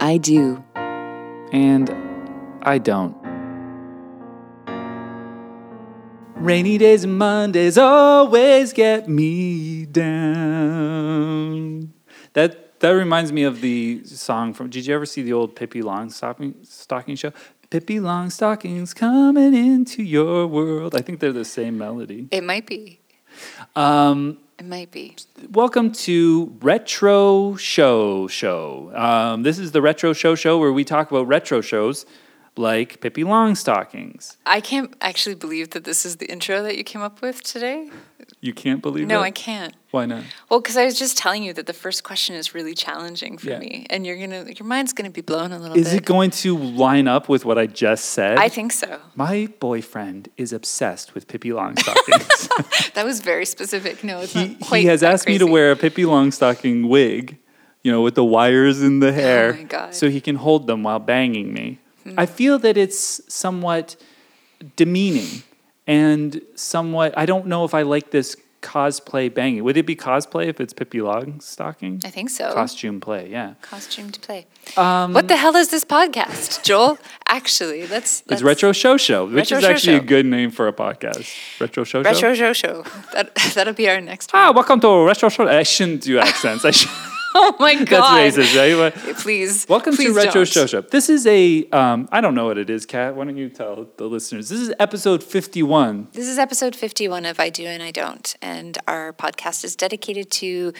I do. And I don't. Rainy days and Mondays always get me down. That that reminds me of the song from. Did you ever see the old Pippi Longstocking stocking show? Pippi Longstocking's coming into your world. I think they're the same melody. It might be. Um, It might be. welcome to Retro Show Show. Um, this is the Retro Show Show where we talk about retro shows like Pippi Longstockings. I can't actually believe that this is the intro that you came up with today. You can't believe No, it? I can't. Why not? Well, because I was just telling you that the first question is really challenging for Yeah. me, and you're gonna, your mind's gonna be blown a little Is bit. it going to line up with what I just said? I think so. My boyfriend is obsessed with Pippi Longstockings. That was very specific. No, it's he, not quite. he has that asked me to crazy. wear a Pippi Longstocking wig, you know, with the wires in the hair, Oh my God. Hmm. so he can hold them while banging me. I feel that it's somewhat demeaning and somewhat. I don't know if I like this cosplay banging. Would it be cosplay if it's Pippi Longstocking? I think so. Costume Um, play, yeah. Costume to play. what the hell is this podcast, Joel? Actually, let's. It's let's- Retro Show Show, which Retro is Show actually a Show. good name for a podcast. Retro Show Show. Retro Show Show. That, that'll be our next one. Ah, welcome to Retro Show. I shouldn't do accents. I should, Oh my God. that's racist, right? But- Please. Welcome please to Retro don't. Show Show. This is a, um, I don't know what it is, Kat. Why don't you tell the listeners? This is episode 51. This is episode 51 of I Do and I Don't, and our podcast is dedicated to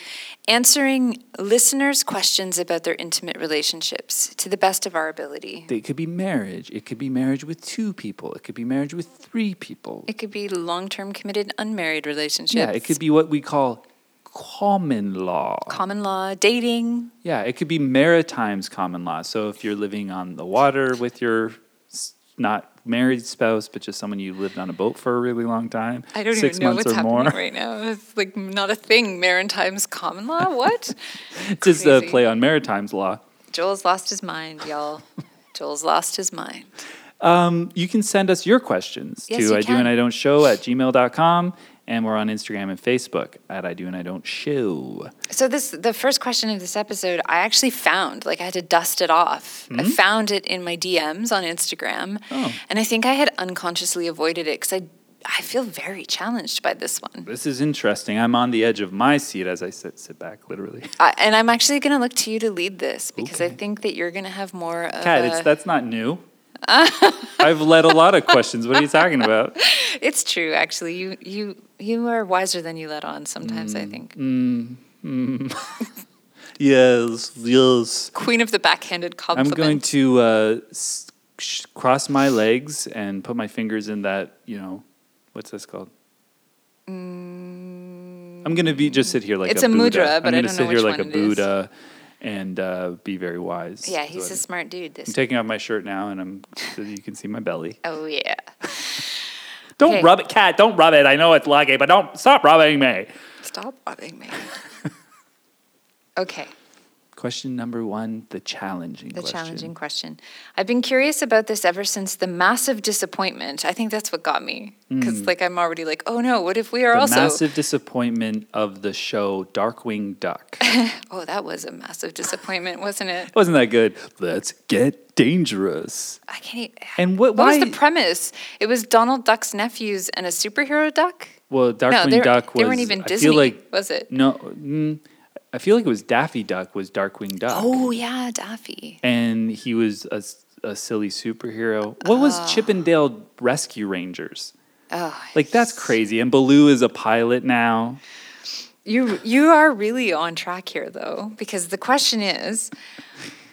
answering listeners' questions about their intimate relationships to the best of our ability. It could be marriage. It could be marriage with two people. It could be marriage with three people. It could be long term committed unmarried relationships. yeah, it could be what we call common law. common law, dating, yeah, it could be maritime's common law. So if you're living on the water with your s- not married spouse, but just someone you lived on a boat for a really long time, I don't six even know months what's or happening more. right now. It's like not a thing. Maritime's common law? What? It's just a Crazy. play on maritime's law. Joel's lost his mind, y'all. Joel's lost his mind. you can send us your questions Yes, to you I do can. and I don't show at gmail.com. And we're on Instagram and Facebook at I do and I don't show. So this the first question of this episode I actually found like I had to dust it off. I found it in my DMs on Instagram. Hmm? Oh. And I think I had unconsciously avoided it cuz I I feel very challenged by this one. This is interesting. I'm on the edge of my seat as I sit sit back, literally. I, and I'm actually going to look to you to lead this because I Okay. think that you're going to have more of Kat, a, it's that's not new. I've led a lot of questions. What are you talking about? It's true actually. You you you are wiser than you let on sometimes Mm, I think. Yes, yes. Queen of the backhanded I'm compliment. going to uh, s- sh- cross my legs and put my fingers in that, you know, what's this called? I'm going to be just sit here like Mm. It's a, a Buddha. mudra, but I I'm to don't know sit here which like a one it is. Buddha and uh, be very wise. Yeah, is he's what a it- smart dude this. I'm taking off my shirt now, and I'm so that you can see my belly. oh yeah. Don't Okay. rub it, cat. Don't rub it. I know it's lucky, but don't stop rubbing me. Stop robbing me. okay, Question number one: the challenging. the question. challenging question. I've been curious about this ever since the massive disappointment. I think that's what got me because, like, I'm already like, oh no, what if we are Hmm. The also? massive disappointment of the show Darkwing Duck. oh, that was a massive disappointment, wasn't it? Wasn't that good? Let's get dangerous. I can't. e- And what? What why? was the premise? It was Donald Duck's nephews and a superhero duck. well, Darkwing they're- Duck was. they weren't even I Disney, feel like was it? no. Mm, I feel like it was Daffy Duck was Darkwing Duck. Oh yeah, Daffy. and he was a, s- a silly superhero. What was Ah. Chippendale Rescue Rangers? Oh, Like that's crazy. And Baloo is a pilot now. You you are really on track here though, because the question is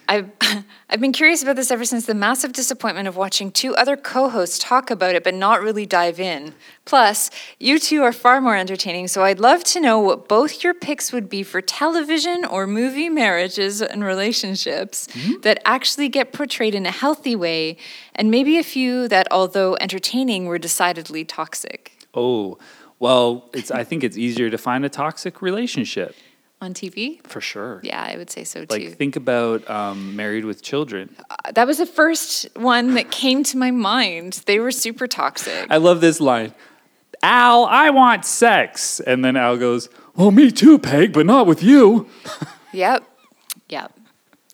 I've I've been curious about this ever since the massive disappointment of watching two other co-hosts talk about it but not really dive in. Plus, you two are far more entertaining, so I'd love to know what both your picks would be for television or movie marriages and relationships that actually get portrayed in a healthy way and maybe a few that although entertaining were decidedly toxic Oh, well, it's. I think it's easier to find a toxic relationship on TV. for sure. Yeah, I would say so too. Like think about um, Married with Children. that was the first one that came to my mind. They were super toxic. I love this line. Al, I want sex. And then "Oh, Al goes, Well, me too, Peg, but not with you. Yep. Yep.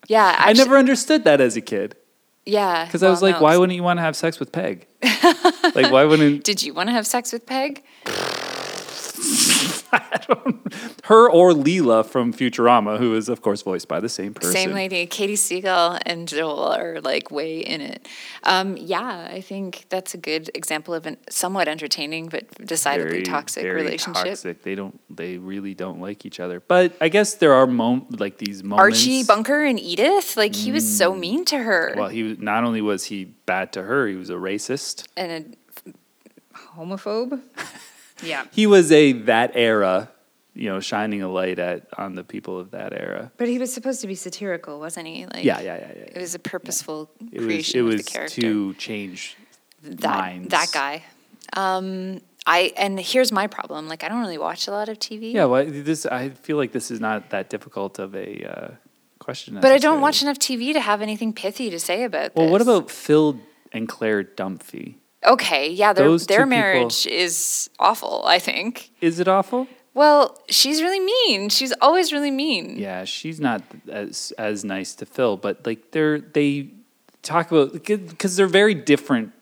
Yeah, I actually, never understood that as a kid Yeah, because I was well, like, no, why it's- wouldn't you want to have sex with Peg? like, why wouldn't Did you want to have sex with Peg? her or Leela from Futurama, who is of course voiced by the same person? Same lady, Katie Seagal and Joel are like way in it. Um, yeah, I think that's a good example of a somewhat entertaining but decidedly Very, toxic very relationship. Toxic. They don't. They really don't like each other. But I guess there are mom like these moments. Mm. Archie Bunker and Edith, like he was so mean to her Well, he was- not only was he bad to her, he was a racist. and a homophobe. yeah, He was a that era, you know, shining a light at on the people of that era. but he was supposed to be satirical, wasn't he? Like, Yeah, yeah, yeah, yeah. It was a purposeful It was creation it of was the character. to change that minds. that guy. Um, I and here's my problem. Like I don't really watch a lot of TV. Yeah, well, this I feel like this is not that difficult of a uh, question. But I don't watch necessarily. enough TV to have anything pithy to say about Well, what this. about Phil and Claire Dumphy? Okay, yeah, their those two their people- marriage is awful, I think. Is it awful? Well, she's really mean. She's always really mean. Yeah, she's not as as nice to Phil, but like they're they talk about because they're very different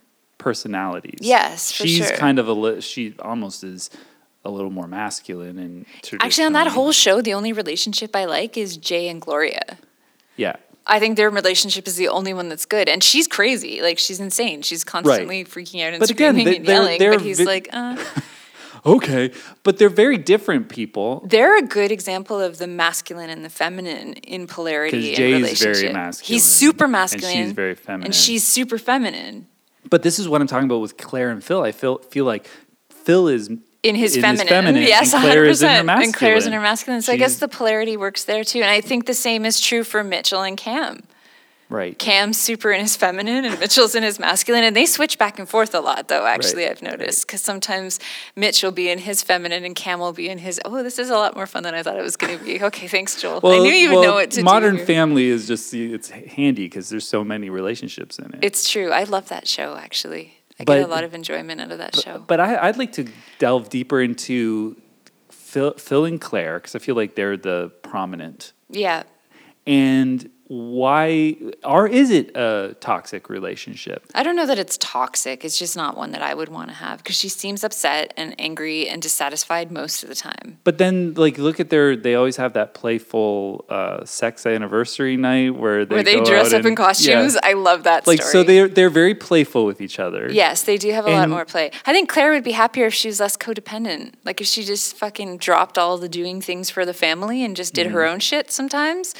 personalities. Yes, for she's sure. kind of a li- she almost is a little more masculine and Actually, on that traditionally- whole show, the only relationship I like is Jay and Gloria. yeah I think their relationship is the only one that's good, and she's crazy. Like she's insane. She's constantly freaking out and But again, screaming they- and they're- yelling. they're but he's vi- like, uh, okay, but they're very different people. they're a good example of the masculine and the feminine in polarity. Jay in is very relationship. masculine, He's super and masculine. she's very feminine. And she's super feminine. But this is what I'm talking about with Claire and Phil. I feel feel like Phil is in his feminine. yes, yes, and Claire 100%. is in her masculine. And Claire is in her masculine. So I guess She's- the polarity works there too. And I think the same is true for Mitchell and Cam. right. Cam's super in his feminine and Mitchell's in his masculine. And they switch back and forth a lot, though, actually, Right, I've noticed. Because sometimes Mitch will be in his feminine and Cam will be in his, oh, this is a lot more fun than I thought it was going to be. Okay, thanks, Joel. I knew you would know what to Modern do. Family is just it's handy because there's so many relationships in it. it's true. I love that show, actually. I But- get a lot of enjoyment out of that show. But I, I'd like to delve deeper into Phil, Phil and Claire because I feel like they're the prominent. yeah. And why, or is it a toxic relationship? I don't know that it's toxic. It's just not one that I would want to have because she seems upset and angry and dissatisfied most of the time. But then, like, look at their. They always have that playful uh, sex anniversary night where they Where they go dress out up in and- yeah. costumes. I love that Like, story. so they're they're very playful with each other. Yes, they do have a lot And- more play. I think Claire would be happier if she was less codependent. Like if she just fucking dropped all the doing things for the family and just did her Mm-hmm. own shit sometimes.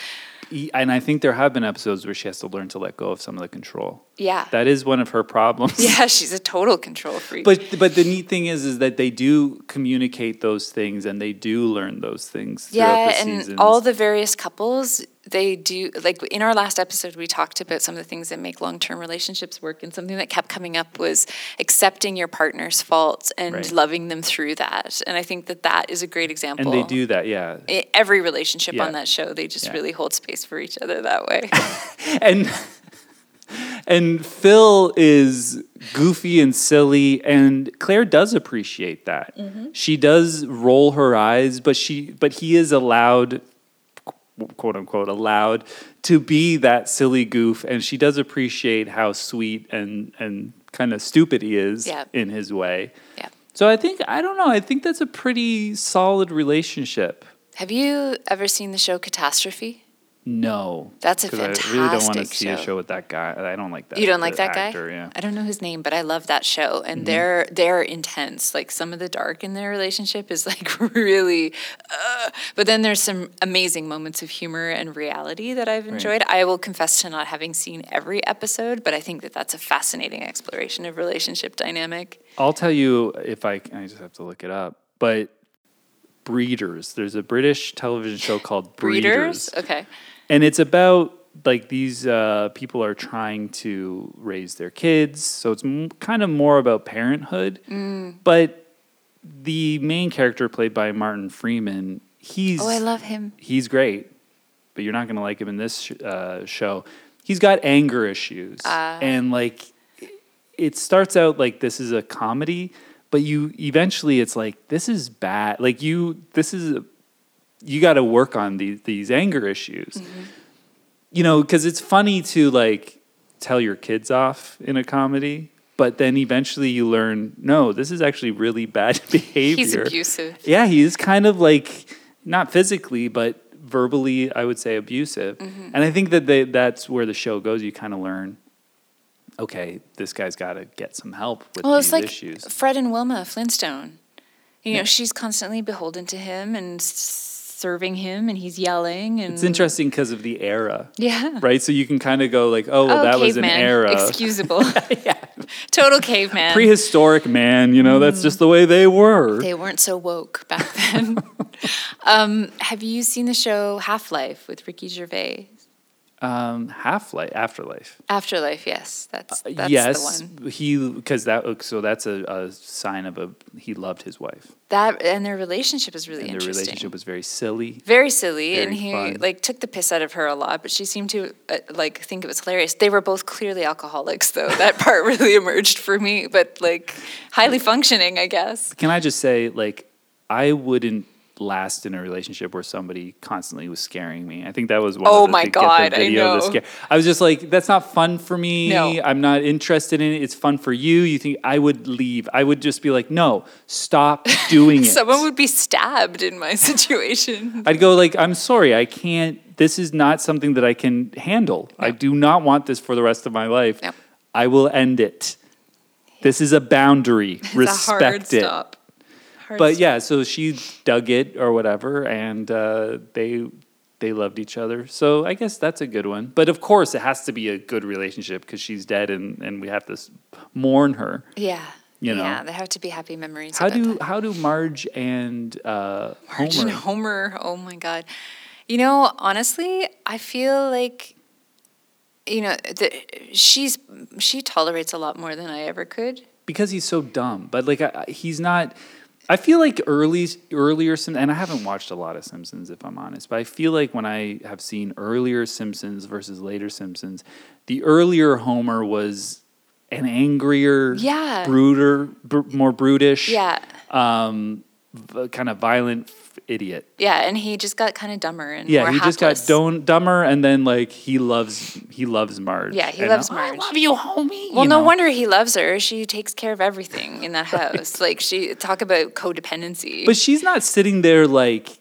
E- And I think there have been episodes where she has to learn to let go of some of the control. Yeah. That is one of her problems. yeah, she's a total control freak. But but the neat thing is is that they do communicate those things and they do learn those things yeah, throughout the and seasons. all the various couples, they do like in our last episode we talked about some of the things that make long-term relationships work and something that kept coming up was accepting your partner's faults and Right. loving them through that. And I think that that is a and great example. they do that, yeah. I- every relationship Yeah. on that show, they just Yeah. really hold space for each other that way. And and Phil is goofy and silly and Claire does appreciate that. Mm-hmm. She does roll her eyes, but she but he is allowed qu- quote unquote allowed to be that silly goof and she does appreciate how sweet and and kind of stupid he is Yeah. in his way. yeah. So I think I don't know. I think that's a pretty solid relationship. Have you ever seen the show Catastrophe? No, That's a 'Cause I really don't wanna fantastic see a show. show with that guy. I don't like that. You don't like the that actor, guy? Yeah. Mm-hmm. I don't know his name, but I love that show. And they're they're intense. Like some of the dark in their relationship is like really uh, but then there's some amazing moments of humor and reality that I've enjoyed. I will confess to not having seen every episode, but I think that that's a fascinating exploration of relationship dynamic. I'll tell you if I. I just have to look it up. But Breeders. There's a British television show called Breeders, Okay. and it's about like these uh, people are trying to raise their kids. So it's m- kind of more about parenthood, Mm. but. The main character played by Martin Freeman, he's Oh, I love him. he's great, but you're not going to like him in this sh- uh, show. He's got anger issues, and like it starts out like this is a comedy, but you eventually it's like this is bad. Like you, this is you got to work on these these anger issues. you know, because it's funny to like tell your kids off in a comedy, but then eventually you learn, no, this is actually really bad behavior. He's abusive. Yeah, he is kind of like not physically, but verbally, I would say abusive. Mm-hmm. And I think that they, that's where the show goes. You kind of learn, okay, this guy's got to get some help with Well, these it's like issues. Fred and Wilma Flintstone. You know, she's constantly beholden to him and s- serving him, and he's yelling. And It's interesting because of the era, Yeah. right? So you can kind of go like, oh, well, oh, that was an caveman. era. Excusable. Total caveman. Prehistoric man, you know, Mm. that's just the way they were. they weren't so woke back then. um, have you seen the show Half Life with Ricky Gervais? um, Half Life, Afterlife. Afterlife, yes, that's that's Uh, yes, the one. he because that so that's a, a sign of a he loved his wife. That and their relationship is really and their interesting. relationship was very silly. very silly and Very he fun. like took the piss out of her a lot but she seemed to uh, like think it was hilarious they were both clearly alcoholics though that part really emerged for me but like highly functioning i guess Can I just say, like, I wouldn't last in a relationship where somebody constantly was scaring me. I think that was one. Oh of the my things- get the God, I video of the know. scare- I was just like, that's not fun for me. No. I'm not interested in it. It's fun for you. You think I would leave? I would just be like, no, stop doing it. someone would be stabbed in my situation I'd go like, I'm sorry, I can't. This is not something that I can handle. I do not want this for the rest of my life. No. I will end it. This is a boundary. it's a Respect hard it. stop Hard But stop. yeah, so she dug it or whatever, and uh, they they loved each other. So I guess that's a good one. But of course, it has to be a good relationship because she's dead, and and we have to s- mourn her. yeah you know. yeah there have to be happy memories How about do that. how do Marge and uh, Marge and Homer? Homer. Oh my god. You know, honestly, I feel like you know, the, she's she tolerates a lot more than I ever could. because he's so dumb. But like I, I- he's not. I feel like early earlier Sim, and I haven't watched a lot of Simpsons if I'm honest, but I feel like when I have seen earlier Simpsons versus later Simpsons, the earlier Homer was an angrier, Yeah. bruder, br- more brutish, Yeah. um, v- kind of violent f- idiot. Yeah, and he just got kind of dumber and Yeah, more he just got hapless. don- dumber, and then like he loves he loves Marge. Yeah, he And, loves "Oh, Marge." I love you, homie. Well, you no know? wonder he loves her. She takes care of everything in that house. Like she talk about codependency. But she's not sitting there like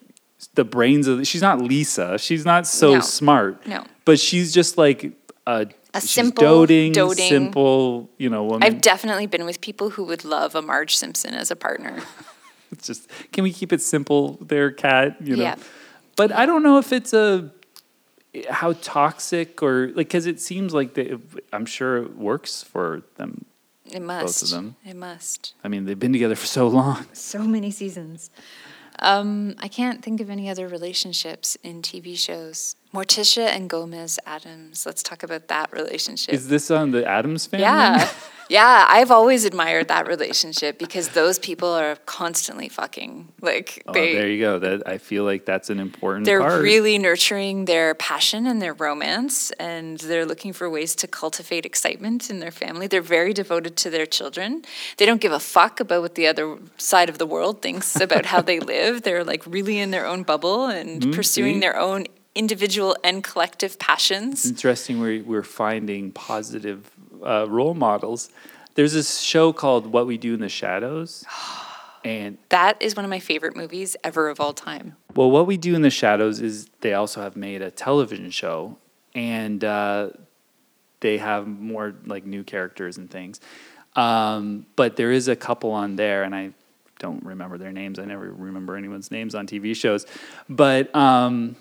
the brains of. She's not Lisa. She's not so No. smart. No. But she's just like a, A she's simple, doting, doting- simple, you know, woman. I've definitely been with people who would love a Marge Simpson as a partner. it's just can we keep it simple there, cat? You know. Yeah. But I don't know if it's a how toxic or like because it seems like they. I'm sure it works for them. It must. them. It must. I mean, they've been together for so long. so many seasons. Um, I can't think of any other relationships in TV shows. Morticia and Gomez Adams. Let's talk about that relationship. Is this on the Adams family? yeah. yeah, I've always admired that relationship because those people are constantly fucking. Like Oh, they there you go. That I feel like that's an important they're part. really nurturing their passion and their romance and they're looking for ways to cultivate excitement in their family they're very devoted to their children they don't give a fuck about what the other side of the world thinks about how they live they're like really in their own bubble and Mm-hmm. pursuing see? their own individual and collective passions interesting we're, we're finding positive uh, role models there's this show called what we do in the shadows and that is one of my favorite movies ever of all time well what we do in the shadows is they also have made a television show and uh, they have more like new characters and things um, but there is a couple on there and i don't remember their names i never remember anyone's names on tv shows but um,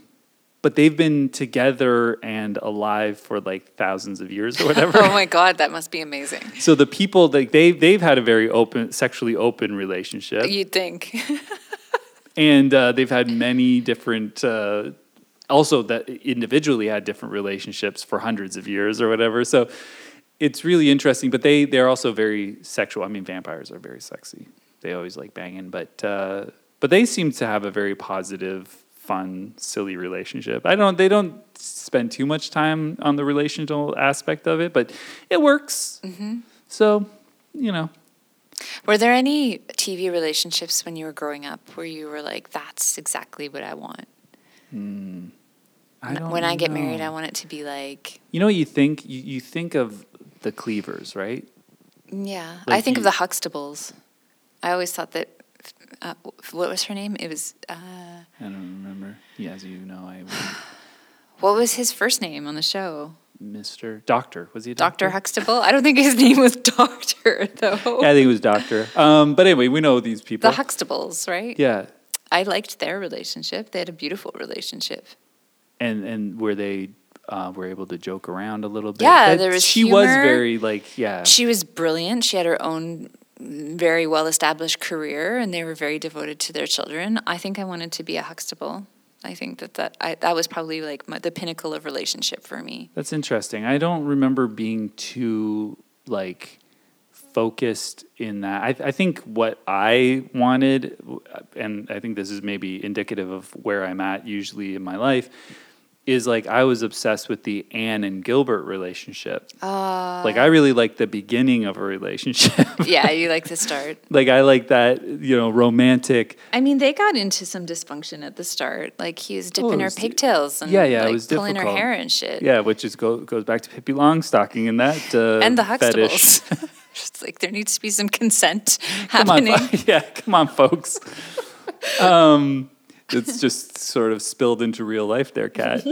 but they've been together and alive for like thousands of years or whatever oh my god that must be amazing so the people like they they've had a very open sexually open relationship you'd think and uh, they've had many different uh, also that individually had different relationships for hundreds of years or whatever so it's really interesting but they they're also very sexual i mean vampires are very sexy they always like banging but uh, but they seem to have a very positive fun silly relationship i don't they don't spend too much time on the relational aspect of it but it works so you know were there any tv relationships when you were growing up where you were like that's exactly what i want I don't when I get know. married, I want it to be like, You know what you think? You, you think of the Cleavers, right? yeah. I Like think you- of the Huxtables. I always thought that. Uh, what was her name? It was. Uh, I don't remember. Yeah, as you know, I what was his first name on the show? Mr. Doctor. Was he a doctor? Doctor Huxtable. I don't think his name was Doctor though. Yeah, I think it was Doctor. Um, but anyway, we know these people. the Huxtables, right? yeah. I liked their relationship. They had a beautiful relationship. And and where they uh, were able to joke around a little bit. Yeah, That- there was She was humor. very like yeah. She was brilliant. She had her own very well established career, and they were very devoted to their children. I think I wanted to be a Huxtable. I think that that I, that was probably like my, the pinnacle of relationship for me. That's interesting. I don't remember being too like focused in that. I, I think what I wanted, and I think this is maybe indicative of where I'm at usually in my life, is like I was obsessed with the Anne and Gilbert relationship. Ah. like I really liked the beginning of a relationship. yeah, you like to start. like I like that you know romantic. I mean, they got into some dysfunction at the start. Like he was dipping it her was di- pigtails and Yeah, yeah, it like was pulling difficult. her hair and shit. Yeah, which is go, goes back to Pippi Longstocking and that uh, and the fetish. Huxtables. It's like there needs to be some consent Come on, happening. fo- yeah, come on, folks. um, it's just sort of spilled into real life there, Kat.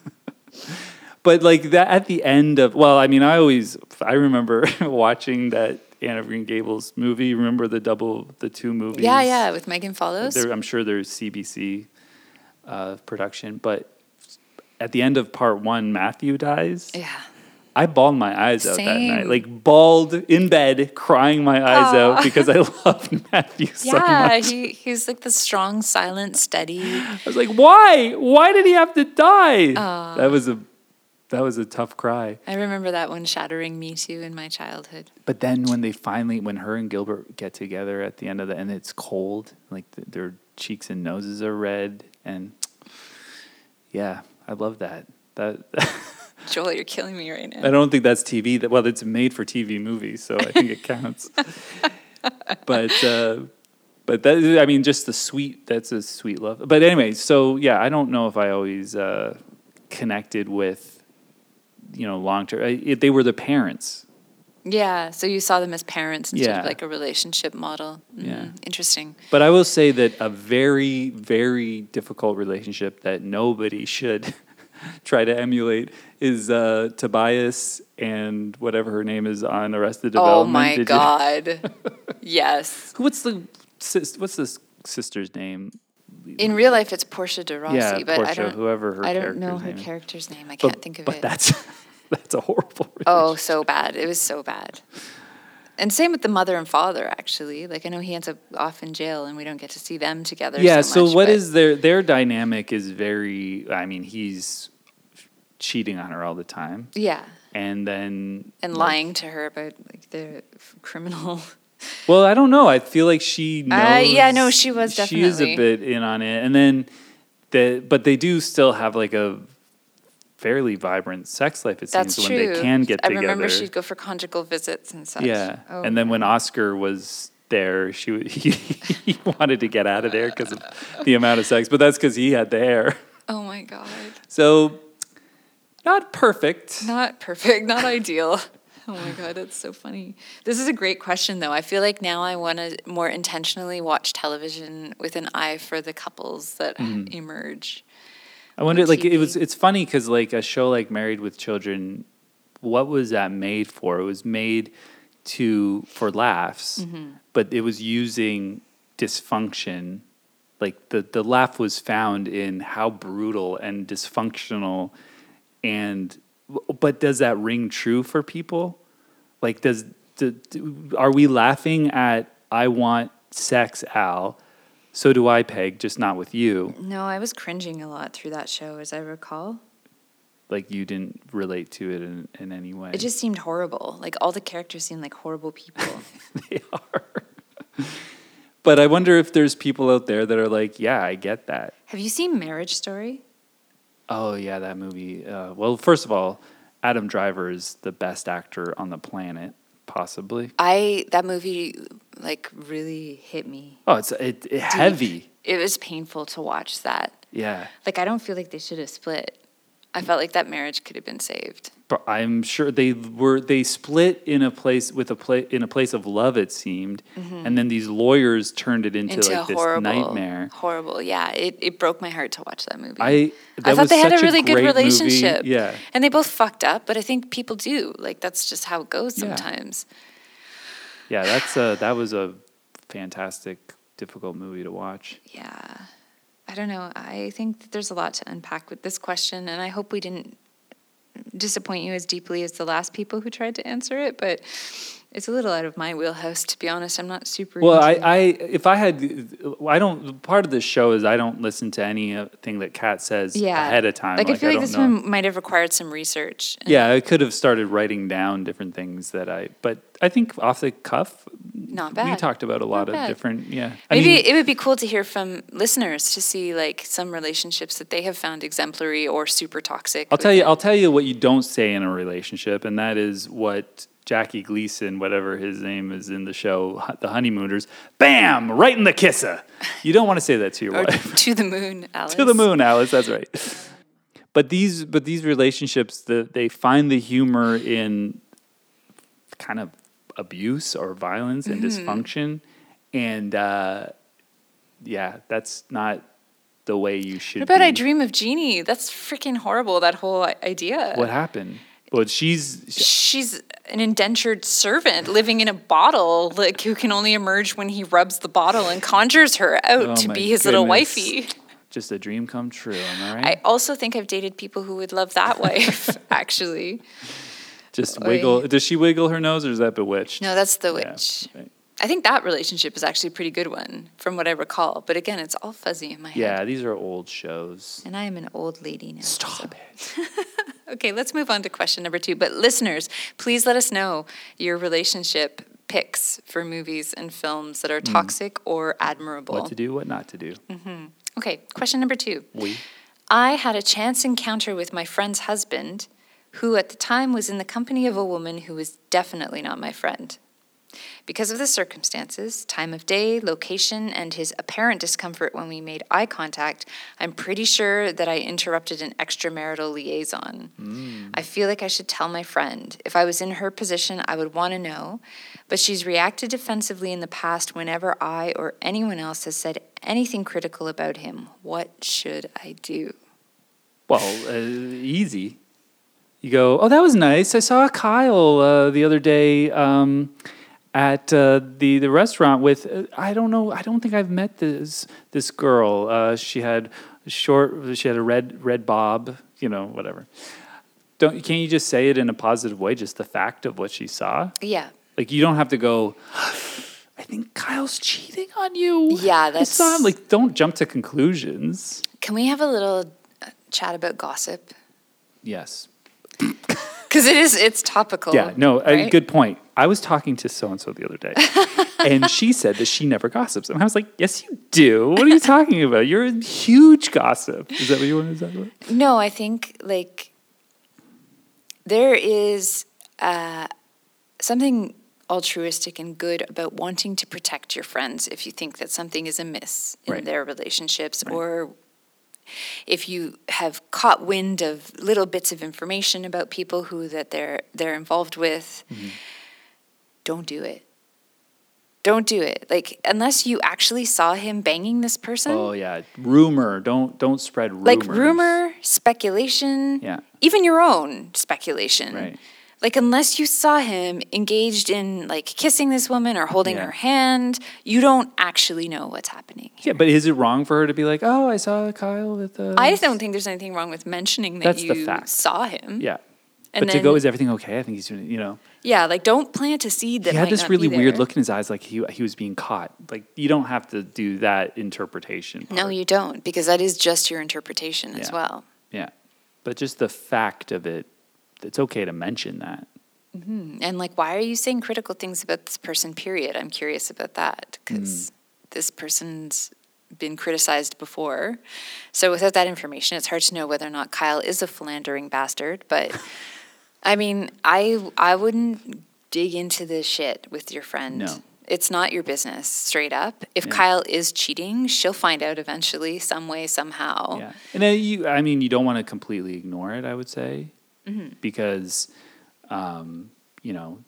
but like that at the end of, well, I mean, I always, I remember watching that Anne of Green Gables movie. Remember the double, the two movies? yeah, yeah, with Megan Follows. There- I'm sure there's CBC uh, production, but at the end of part one, Matthew dies. yeah. I bawled my eyes out that night, Same. like bawled in bed, crying my eyes out because I loved Matthew so Yeah, much. he, he's like the strong, silent, steady. I was like, why? Why did he have to die? that was a that was a tough cry. I remember that one shattering me too in my childhood. But then when they finally, when her and Gilbert get together at the end of the, and it's cold, like th- their cheeks and noses are red, and yeah, I love that. That Joel, you're killing me right I now. don't think that's TV. That well, it's a made for TV movie, so I think it counts. but uh, but that I mean, just the sweet. That's a sweet love. But anyway, so yeah, I don't know if I always uh, connected with you know long term. I- it- They were the parents. Yeah, so you saw them as parents instead Yeah. of like a relationship model. Yeah. Mm, Interesting. But I will say that a very very difficult relationship that nobody should try to emulate is uh, Tobias and whatever her name is on Arrested Oh Development. my Did you- God. yes. Who- What's the sis, what's this sister's name? In real life, it's Portia de Rossi, Yeah, but I Portia, don't, whoever her I don't know character's her name is. character's name. I But- can't think of but it. that's that's a horrible. Oh, so bad. It was so bad. And same with the mother and father, actually. Like I know he ends up off in jail, and we don't get to see them together. yeah. So, So, much, what but- is their their dynamic is very. I mean, he's cheating on her all the time, Yeah, and then and like- lying to her about like the f- criminal. Well, I don't know. I feel like she Uh, knows. yeah, no, she was She is a definitely. bit in on it, and then the but they do still have like a fairly vibrant sex life. It That's seems true. when they can get I together. remember she'd go for conjugal visits and such. Yeah, Oh, and then when Oscar was there, she w- he, he wanted to get out of there because of the amount of sex, but that's because he had the hair. oh my god, So, not perfect. not perfect, not ideal. Oh my god, that's so funny. This is a great question, though. I feel like now I want to more intentionally watch television with an eye for the couples that Mm-hmm. emerge. I wonder, on like it was. TV. It's funny because like a show like Married with Children, what was that made for? It was made to for laughs, but it was using dysfunction. Like the the laugh was found in how brutal and dysfunctional, and but does that ring true for people? Like, does do, do, are we laughing at I want sex, Al? So do I, Peg, just not with you. No, I was cringing a lot through that show, as I recall. like you didn't relate to it in, in any way. It just seemed horrible. Like all the characters seemed like horrible people. they are. but I wonder if there's people out there that are like, yeah, I get that. Have you seen Marriage Story? Oh yeah, that movie. Uh, well, first of all, Adam Driver is the best actor on the planet, possibly. I that movie like really hit me. Oh, it's it, it heavy. It was painful to watch that. Yeah. Like I don't feel like they should have split. I felt like that marriage could have been saved. But I'm sure they were they split in a place with a place in a place of love it seemed, and then these lawyers turned it into, Mm-hmm. Into like a this horrible nightmare. Horrible. Yeah. It it broke my heart to watch that movie. I that I thought was they had such a really good great movie. relationship. Yeah, And they both fucked up, but I think people do. Like that's just how it goes Yeah. sometimes. yeah, that's a that was a fantastic difficult movie to watch. Yeah. I don't know. I think that there's a lot to unpack with this question, and I hope we didn't disappoint you as deeply as the last people who tried to answer it, but it's a little out of my wheelhouse, to be honest. I'm not super. Well, I, into- I if I had I don't part of this show is I don't listen to anything that Kat says yeah. ahead of time. Like, I feel like don't this know. one might have required some research. and Yeah, I could have started writing down different things that I, but I think off the cuff, Not We bad. talked about a lot Not of bad. different, yeah. Maybe I mean, it would be cool to hear from listeners to see like some relationships that they have found exemplary or super toxic. I'll tell you, within- I'll tell you what you don't say in a relationship, and that is what Jackie Gleason, whatever his name is in the show, Hu- The Honeymooners, bam, right in the kisser. You don't want to say that to your or wife. to the moon, Alice. to the moon, Alice. That's right. But these, but these relationships, the, they find the humor in kind of abuse or violence and Mm-hmm. dysfunction, and uh, yeah, that's not the way you should. What about be. I Dream of Jeannie? That's freaking horrible, that whole i- idea. What happened? Well, she's She's an indentured servant living in a bottle, like who can only emerge when he rubs the bottle and conjures her out Oh to my be his little goodness. wifey. just a dream come true. Am I right? I also think I've dated people who would love that wife, actually. just Oy. wiggle. Does she wiggle her nose, or is that bewitched? No, that's the Yeah, witch. right. I think that relationship is actually a pretty good one, from what I recall. But again, it's all fuzzy in my head. Yeah, these are old shows. And I am an old lady now. Stop it. Okay, let's move on to question number two. But listeners, please let us know your relationship picks for movies and films that are Hmm. toxic or admirable. What to do? What not to do? Okay, question number two. We. I had a chance encounter with my friend's husband, who at the time was in the company of a woman who was definitely not my friend. Because of the circumstances, time of day, location, and his apparent discomfort when we made eye contact, I'm pretty sure that I interrupted an extramarital liaison. I feel like I should tell my friend. If I was in her position, I would want to know, but she's reacted defensively in the past whenever I or anyone else has said anything critical about him. What should I do? Well, uh, easy. You go, oh, that was nice. I saw Kyle uh, the other day um, at uh, the the restaurant with. Uh, I don't know. I don't think I've met this this girl. Uh, she had short. She had a red red bob. You know, whatever. Don't can't you just say it in a positive way? Just the fact of what she saw. Yeah. Like you don't have to go. I think Kyle's cheating on you. Yeah, I saw that's- him." like don't jump to conclusions. Can we have a little uh, chat about gossip? Yes, Because it is, it's topical. Yeah, no, uh right? good point. I was talking to so and so the other day, and she said that she never gossips. And I was like, Yes, you do. What are you talking about? You're a huge gossip. Is that what you wanted to talk about? No, I think like there is uh, something altruistic and good about wanting to protect your friends if you think that something is amiss in Right. their relationships Right. or if you have caught wind of little bits of information about people who that they're they're involved with Mm-hmm. don't do it don't do it like unless you actually saw him banging this person Oh yeah. Rumor. Don't don't spread rumors. like rumor, speculation, Yeah. even your own speculation. Right. Like unless you saw him engaged in like kissing this woman or holding Yeah. her hand, you don't actually know what's happening. Yeah, but is it wrong for her to be like, Oh, I saw Kyle with uh, the I don't think there's anything wrong with mentioning that That's the you fact. saw him. Yeah. And but to go, then- is everything okay? I think he's doing you know. Yeah, like don't plant a seed that he might had not this be really weird there. look in his eyes like he he was being caught. Like you don't have to do that interpretation. No, part. you don't, because that is just your interpretation as Yeah. well. Yeah. But just the fact of it, it's okay to mention that. And like, why are you saying critical things about this person? Period. I'm curious about that Hmm. because this person's been criticized before. So without that information, it's hard to know whether or not Kyle is a philandering bastard. But I mean, I I wouldn't dig into this shit with your friend. No. It's not your business, straight up. If Kyle is cheating, she'll find out eventually, some way, somehow. Yeah, and then you, I mean, you don't want to completely ignore it. I would say, Mm-hmm. because, um, you know,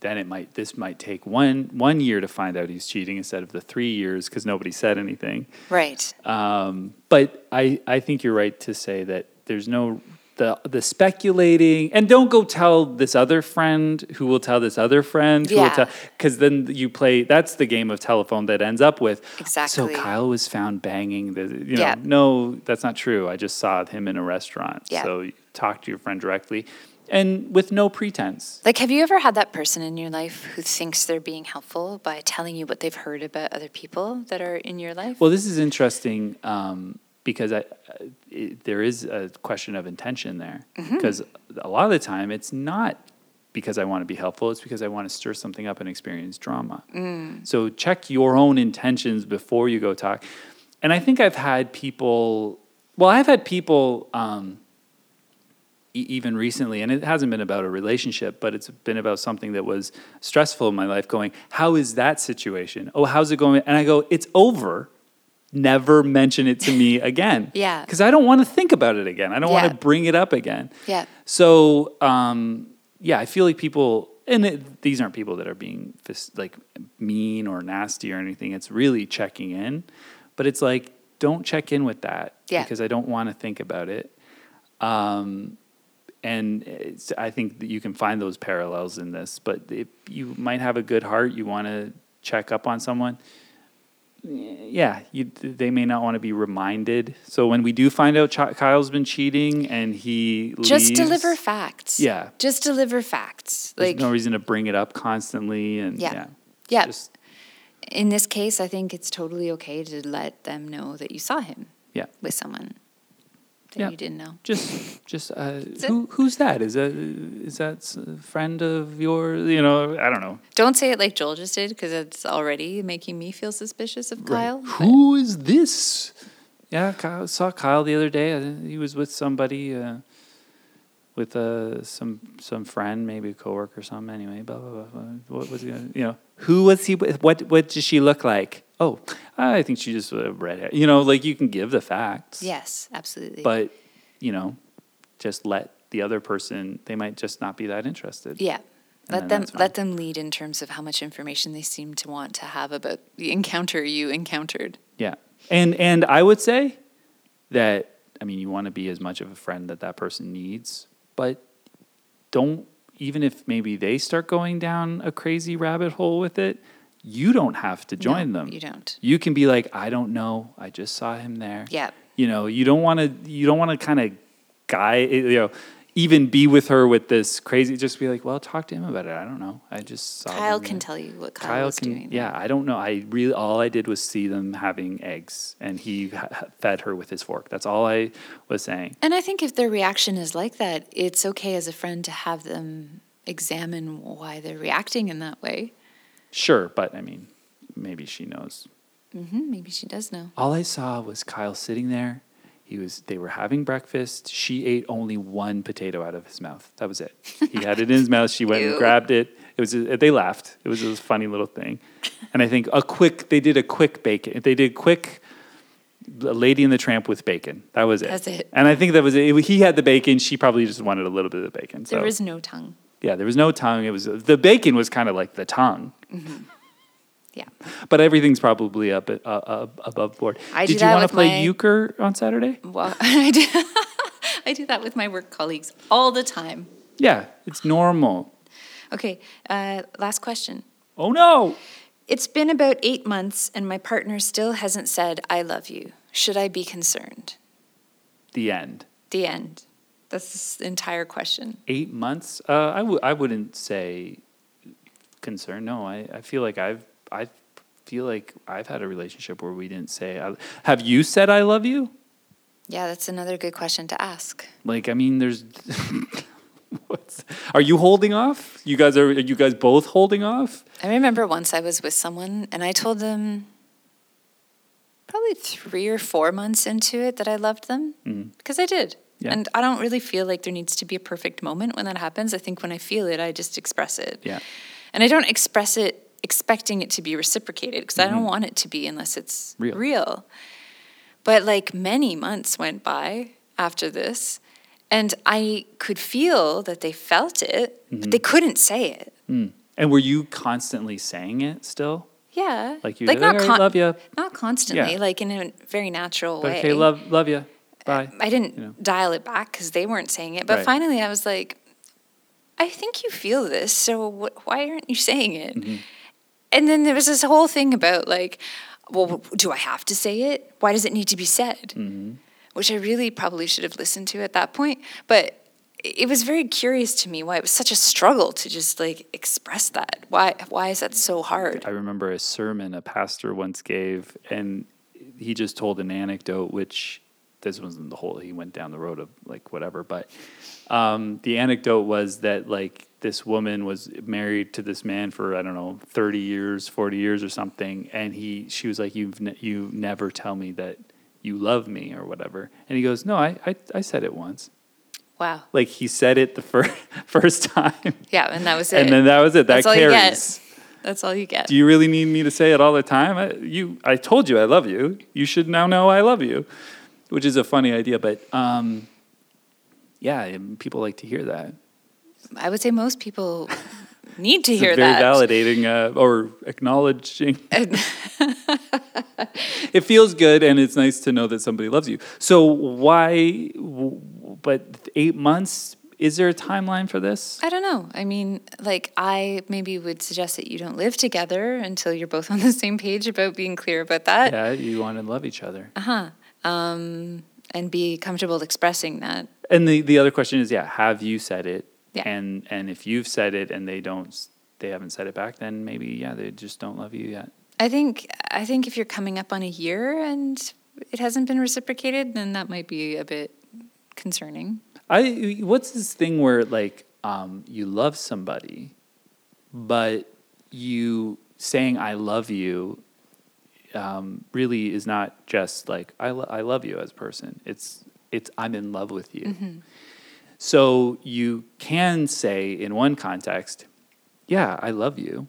then it might this might take one one year to find out he's cheating instead of the three years because nobody said anything. Right. Um, but I I think you're right to say that there's no the the speculating and don't go tell this other friend who will tell this other friend who will Yeah. tell because then you play that's the game of telephone that ends up with Exactly. so Kyle was found banging the you know Yeah. no that's not true I just saw him in a restaurant Yeah. so talk to your friend directly and with no pretense Like, have you ever had that person in your life who thinks they're being helpful by telling you what they've heard about other people that are in your life? Well, this is interesting um, because I, it, there is a question of intention there. Because a lot of the time, it's not because I want to be helpful, it's because I want to stir something up and experience drama. So check your own intentions before you go talk. And I think I've had people, well, I've had people. Um, e- even recently, and it hasn't been about a relationship, but it's been about something that was stressful in my life going, How is that situation? Oh, how's it going? And I go, It's over. Never mention it to me again. Yeah. Because I don't want to think about it again. I don't want Yeah. to bring it up again. Yeah. So, um, yeah, I feel like people, and it, these aren't people that are being fis- like mean or nasty or anything. It's really checking in, but it's like, don't check in with that Yeah. because I don't want to think about it Um, and it's, I think that you can find those parallels in this. But if you might have a good heart, you want to check up on someone. Yeah, you, they may not want to be reminded. So when we do find out Ch- Kyle's been cheating and he Just leaves, deliver facts. Yeah. Just deliver facts. there's Like, no reason to bring it up constantly. And Yeah. yeah, Yeah. Just- in this case, I think it's totally okay to let them know that you saw him yeah. with someone that Yeah. you didn't know. Just, just uh, who, who's that? Is that is that s- a friend of yours? You know, I don't know. Don't say it like Joel just did because it's already making me feel suspicious of Kyle. Who is this? Yeah, Kyle, saw Kyle the other day. Uh, He was with somebody, uh, with uh, some some friend, maybe a coworker, or something. Anyway, blah blah blah. blah. What was he? Gonna, you know, who was he? with? What what does she look like? Oh, I think she just uh, red hair. You know, like you can give the facts, Yes, absolutely. but you know, just let the other person. They might just not be that interested. yeah. Let then them that's fine. let them lead in terms of how much information they seem to want to have about the encounter you encountered. Yeah. And and I would say that I mean you want to be as much of a friend that that person needs, but don't even if maybe they start going down a crazy rabbit hole with it, you don't have to join No, them. you don't. You can be like, I don't know, I just saw him there. Yeah. You know, you don't want to you don't want to kind of guy eh, you know even be with her with this crazy just be like, well, talk to him about it. I don't know. I just saw Kyle him can there." tell you what Kyle, Kyle was can, doing. yeah, I don't know. I really, all I did was see them having eggs, and he ha- fed her with his fork. That's all I was saying. And I think if their reaction is like that, it's okay as a friend to have them examine why they're reacting in that way. Sure, but I mean, maybe she knows. hmm maybe she does know. All I saw was Kyle sitting there. He was. They were having breakfast. She ate only one potato out of his mouth. That was it. He had it in his mouth. She went and Ew. grabbed it. It was. uh, They laughed. It was a funny little thing, and I think a quick. They did a quick bacon. They did quick. Lady in the Tramp with bacon. That was it. That's it. And I think that was it. He had the bacon. She probably just wanted a little bit of the bacon. So There was no tongue. yeah, there was no tongue. It was the bacon was kind of like the tongue, Yeah. but everything's probably up uh, uh, above board. I do Did you that wanna with play my- euchre on Saturday? Well, I do, I do that with my work colleagues all the time. Yeah, it's normal. Okay, uh, last question. Oh no. It's been about eight months and my partner still hasn't said, I love you. Should I be concerned? The end. The end. That's this entire question. Eight months. Uh, I w- I wouldn't say concern. No, I, I feel like I've I feel like I've had a relationship where we didn't say. I, have you said I love you? Yeah, that's another good question to ask. Like, I mean, there's. what's, are you holding off? You guys are. Are you guys both holding off? I remember once I was with someone and I told them probably three or four months into it that I loved them because I did. Mm-hmm. Yeah. And I don't really feel like there needs to be a perfect moment when that happens. I think when I feel it, I just express it. Yeah. And I don't express it expecting it to be reciprocated because I don't want it to be unless it's Mm-hmm. Real. real. But like many months went by after this, and I could feel that they felt it, Mm-hmm. but they couldn't say it. Hmm. And were you constantly saying it still? Yeah, Like you like, "Hey, love ya." not constantly, Yeah. like in a very natural But way. okay, love love you. Bye. I didn't you know. dial it back because they weren't saying it. But Right. finally, I was like, I think you feel this, so wh- why aren't you saying it? Mm-hmm. And then there was this whole thing about like, well, w- do I have to say it? Why does it need to be said? Mm-hmm. Which I really probably should have listened to at that point, but i- it was very curious to me why it was such a struggle to just like express that. Why why is that so hard? I remember a sermon a pastor once gave, and he just told an anecdote, which this wasn't the whole. He went down the road of like whatever, but um, the anecdote was that like this woman was married to this man for I don't know thirty years, forty years or something, and he she was like, "You've ne- you never tell me that you love me or whatever," and he goes, "No, I I, I said it once." Wow. Like he said it the first first time, Yeah, and that was it. and then that was it. That That's all you carries. get. That's all you get. Do you really need me to say it all the time? I, you, I told you I love you. You should now know I love you, which is a funny idea. But um, yeah, and people like to hear that. I would say most people need to It's hear a very that. validating uh, or acknowledging. it feels good, and it's nice to know that somebody loves you. So why? w- But eight months. Is there a timeline for this? I don't know. I mean, like, I maybe would suggest that you don't live together until you're both on the same page about being clear about that Yeah, you want to love each other. and be comfortable expressing that. And the, the other question is, yeah, have you said it? Yeah. And and if you've said it and they don't, s- they haven't said it back, then maybe yeah, they just don't love you yet. I think. I think if you're coming up on a year and it hasn't been reciprocated, then that might be a bit concerning. I what's this thing where like um, you love somebody, but you saying I love you um, really is not just like I lo- I love you as a person. It's it's I'm in love with you. So you can say in one context, yeah, I love you,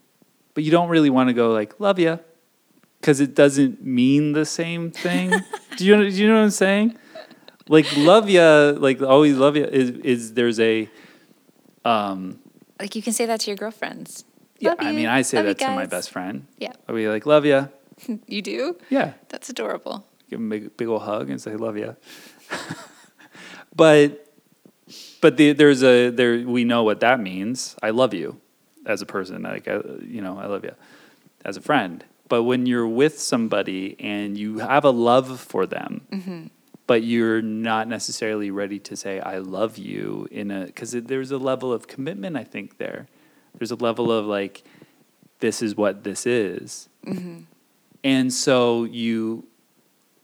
but you don't really want to go like love you because it doesn't mean the same thing. do you do you know what I'm saying? Like love ya, like always love ya is is there's a um, Like, you can say that to your girlfriends. yeah. Love I you. mean, I say Love you that to my guys. best friend. Yeah. I'll be like love ya, You do. yeah. That's adorable. give him a big, big old hug and say love you. but but the, there's a there we know what that means. I love you as a person. Like I, you know, I love you as a friend. But when you're with somebody and you have a love for them, but you're not necessarily ready to say I love you in a because there's a level of commitment I think there. There's a level of like this is what this is, and so you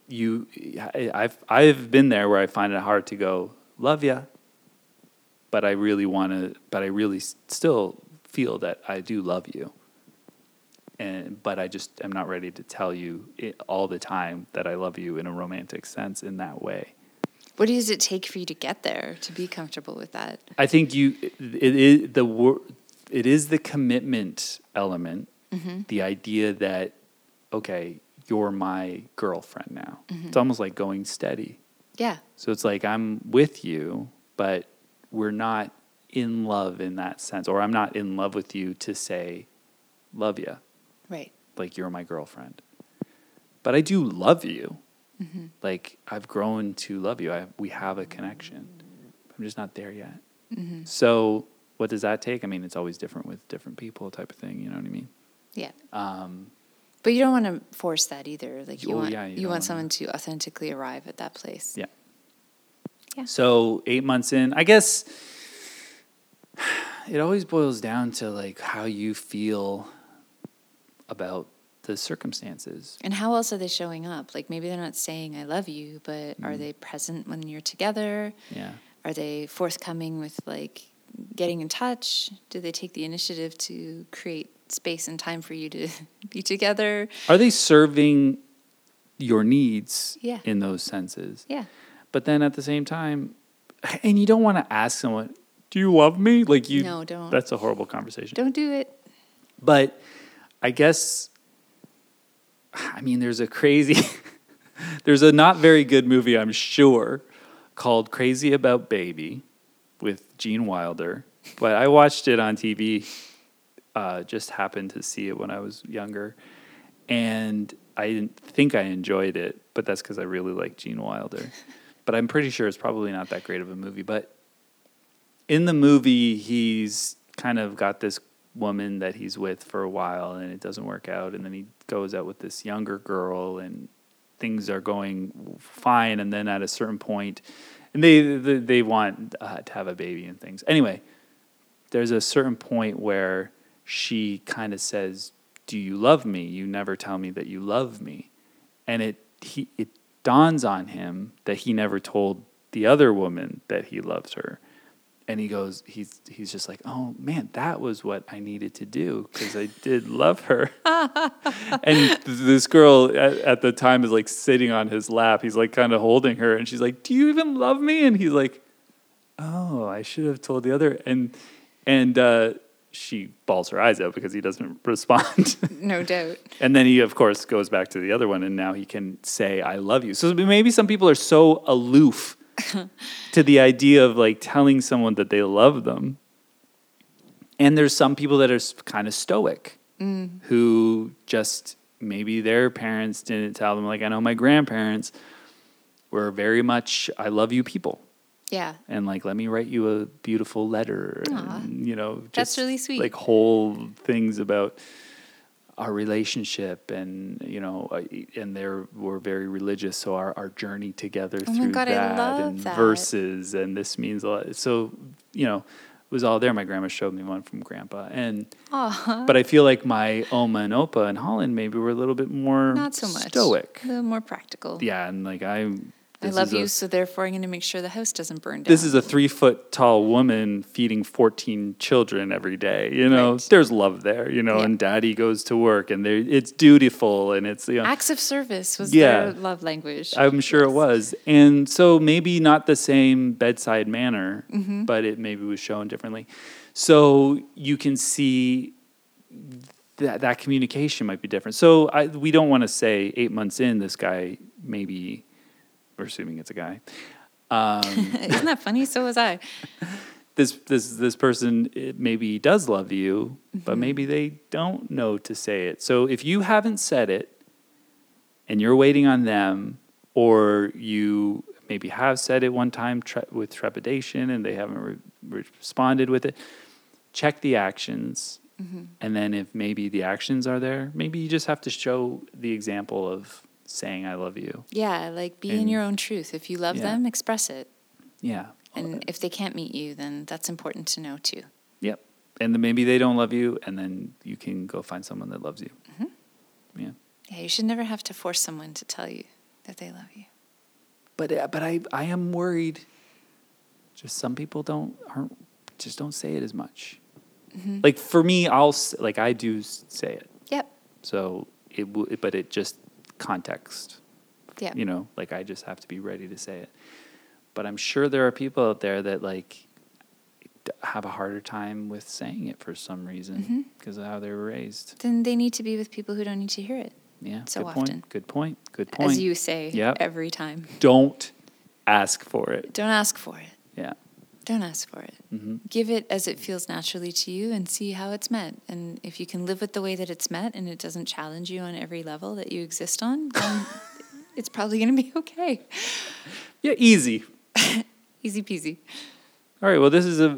you I- I've I've been there where I find it hard to go love ya, but I really want to, but I really s- still feel that I do love you, and but I just am not ready to tell you it, all the time that I love you in a romantic sense in that way. What does it take for you to get there to be comfortable with that? I think you it is the wor- it is the commitment element, the idea that okay, you're my girlfriend now. It's almost like going steady. Yeah. So it's like I'm with you, but we're not in love in that sense, or I'm not in love with you to say love you, Right. like you're my girlfriend. But I do love you. Like I've grown to love you. I, we have a connection. I'm just not there yet. So what does that take? I mean, it's always different with different people, type of thing. You know what I mean? Yeah. but you don't want to force that either. Like you Um, Oh, want yeah, you you, don't want wanna- someone to authentically arrive at that place. Yeah. Yeah. So eight months in, I guess it always boils down to like how you feel about the circumstances. And how else are they showing up? Like maybe they're not saying I love you, but Mm. are they present when you're together? Yeah. Are they forthcoming with like getting in touch? Do they take the initiative to create space and time for you to be together? Are they serving your needs Yeah. in those senses? Yeah. But then at the same time, and you don't want to ask someone, "Do you love me?" Like you No, don't. That's a horrible conversation. Don't do it. But I guess, I mean, there's a crazy, there's a not very good movie, I'm sure, called Crazy About Baby with Gene Wilder. But I watched it on TV, uh, just happened to see it when I was younger. And I didn't think I enjoyed it, but that's because I really like Gene Wilder. But I'm pretty sure it's probably not that great of a movie. But in the movie, he's kind of got this woman that he's with for a while and it doesn't work out. And then he goes out with this younger girl and things are going fine. And then at a certain point, and they, they, they want uh, to have a baby and things. Anyway, there's a certain point where she kind of says, "Do you love me? You never tell me that you love me." And it he it dawns on him that he never told the other woman that he loves her. And he goes he's he's just like, "Oh man, that was what I needed to do because I did love her." and th- this girl at, at the time is like sitting on his lap. He's like kind of holding her and she's like, "Do you even love me?" And he's like, oh, I should have told the other. And and uh, she balls her eyes out because he doesn't respond. No doubt. and then he, of course, goes back to the other one, and now he can say, "I love you." So maybe some people are so aloof to the idea of like telling someone that they love them. And there's some people that are kind of stoic who just maybe their parents didn't tell them. Like I know my grandparents were very much "I love you" people Yeah. and like let me write you a beautiful letter Aw. and you know just That's really sweet. like whole things about our relationship and you know I- and they were very religious so our, our journey together Oh my through God, I that love and that. verses and this means a lot so you know it was all there my grandma showed me one from grandpa and but i feel like my oma and opa in holland maybe were a little bit more Not so much. stoic A little more practical. yeah and like i I this love is a- you, so therefore I'm going to make sure the house doesn't burn down. this is a three foot tall woman feeding 14 children every day you know Right. there's love there you know Yeah. and daddy goes to work and there it's dutiful and it's you know acts of service was Yeah. their love language. i'm sure it was and so maybe not the same bedside manner Mm-hmm. but it maybe was shown differently so you can see that that communication might be different so I, we don't want to say eight months in this guy maybe we're assuming it's a guy Isn't that funny? So was I. this this this person it maybe does love you, but maybe they don't know to say it. So if you haven't said it and you're waiting on them or you maybe have said it one time tre- with trepidation and they haven't re- re- responded with it, check the actions. And then if maybe the actions are there, maybe you just have to show the example of saying I love you. Yeah, like be in And- your own truth. If you love Yeah. them, express it. Yeah. And if they can't meet you, then that's important to know too. Yep. And then maybe they don't love you, and then you can go find someone that loves you. Yeah. Yeah, you should never have to force someone to tell you that they love you. But uh, but I I am worried. Just some people don't aren't just don't say it as much. Like for me, I'll s- like I do s- say it. Yep. So it w- but it just context. Yep. You know, like I just have to be ready to say it. But I'm sure there are people out there that like d- have a harder time with saying it for some reason because of how they were raised. Then they need to be with people who don't need to hear it. Yeah. So good point. often. Good point. Good point. As you say Yep. every time. don't ask for it. Don't ask for it. Yeah. Don't ask for it. Mm-hmm. Give it as it feels naturally to you and see how it's met. And if you can live with the way that it's met and it doesn't challenge you on every level that you exist on, then it's probably going to be okay. Yeah, easy. Easy peasy. All right. Well, this is a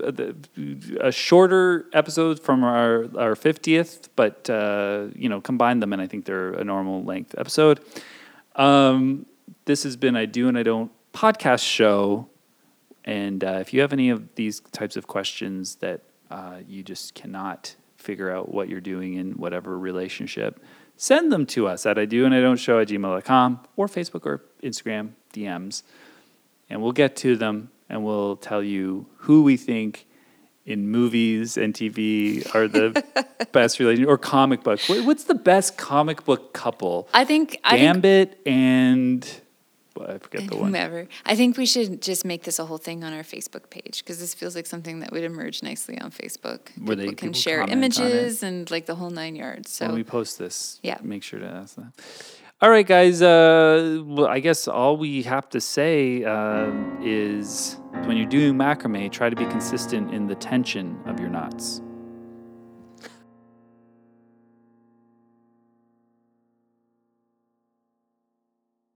a, a shorter episode from our our fiftieth, but uh, you know, combine them, and I think they're a normal length episode. Um, this has been I do and I don't podcast show, and uh, if you have any of these types of questions that uh, you just cannot figure out what you're doing in whatever relationship, send them to us at I do and I don't show at gmail.com or Facebook or Instagram DMs and we'll get to them and we'll tell you who we think in movies and TV are the best relation or comic book. What- What's the best comic book couple? I think I think Gambit and but I forget the one. Whomever. I think we should just make this a whole thing on our Facebook page because this feels like something that would emerge nicely on Facebook. Where they- people can people share comment on it. images and like the whole nine yards. So when we post this, Yeah. make sure to ask that. All right, guys. Uh, well, I guess all we have to say uh, is when you're doing macrame, try to be consistent in the tension of your knots.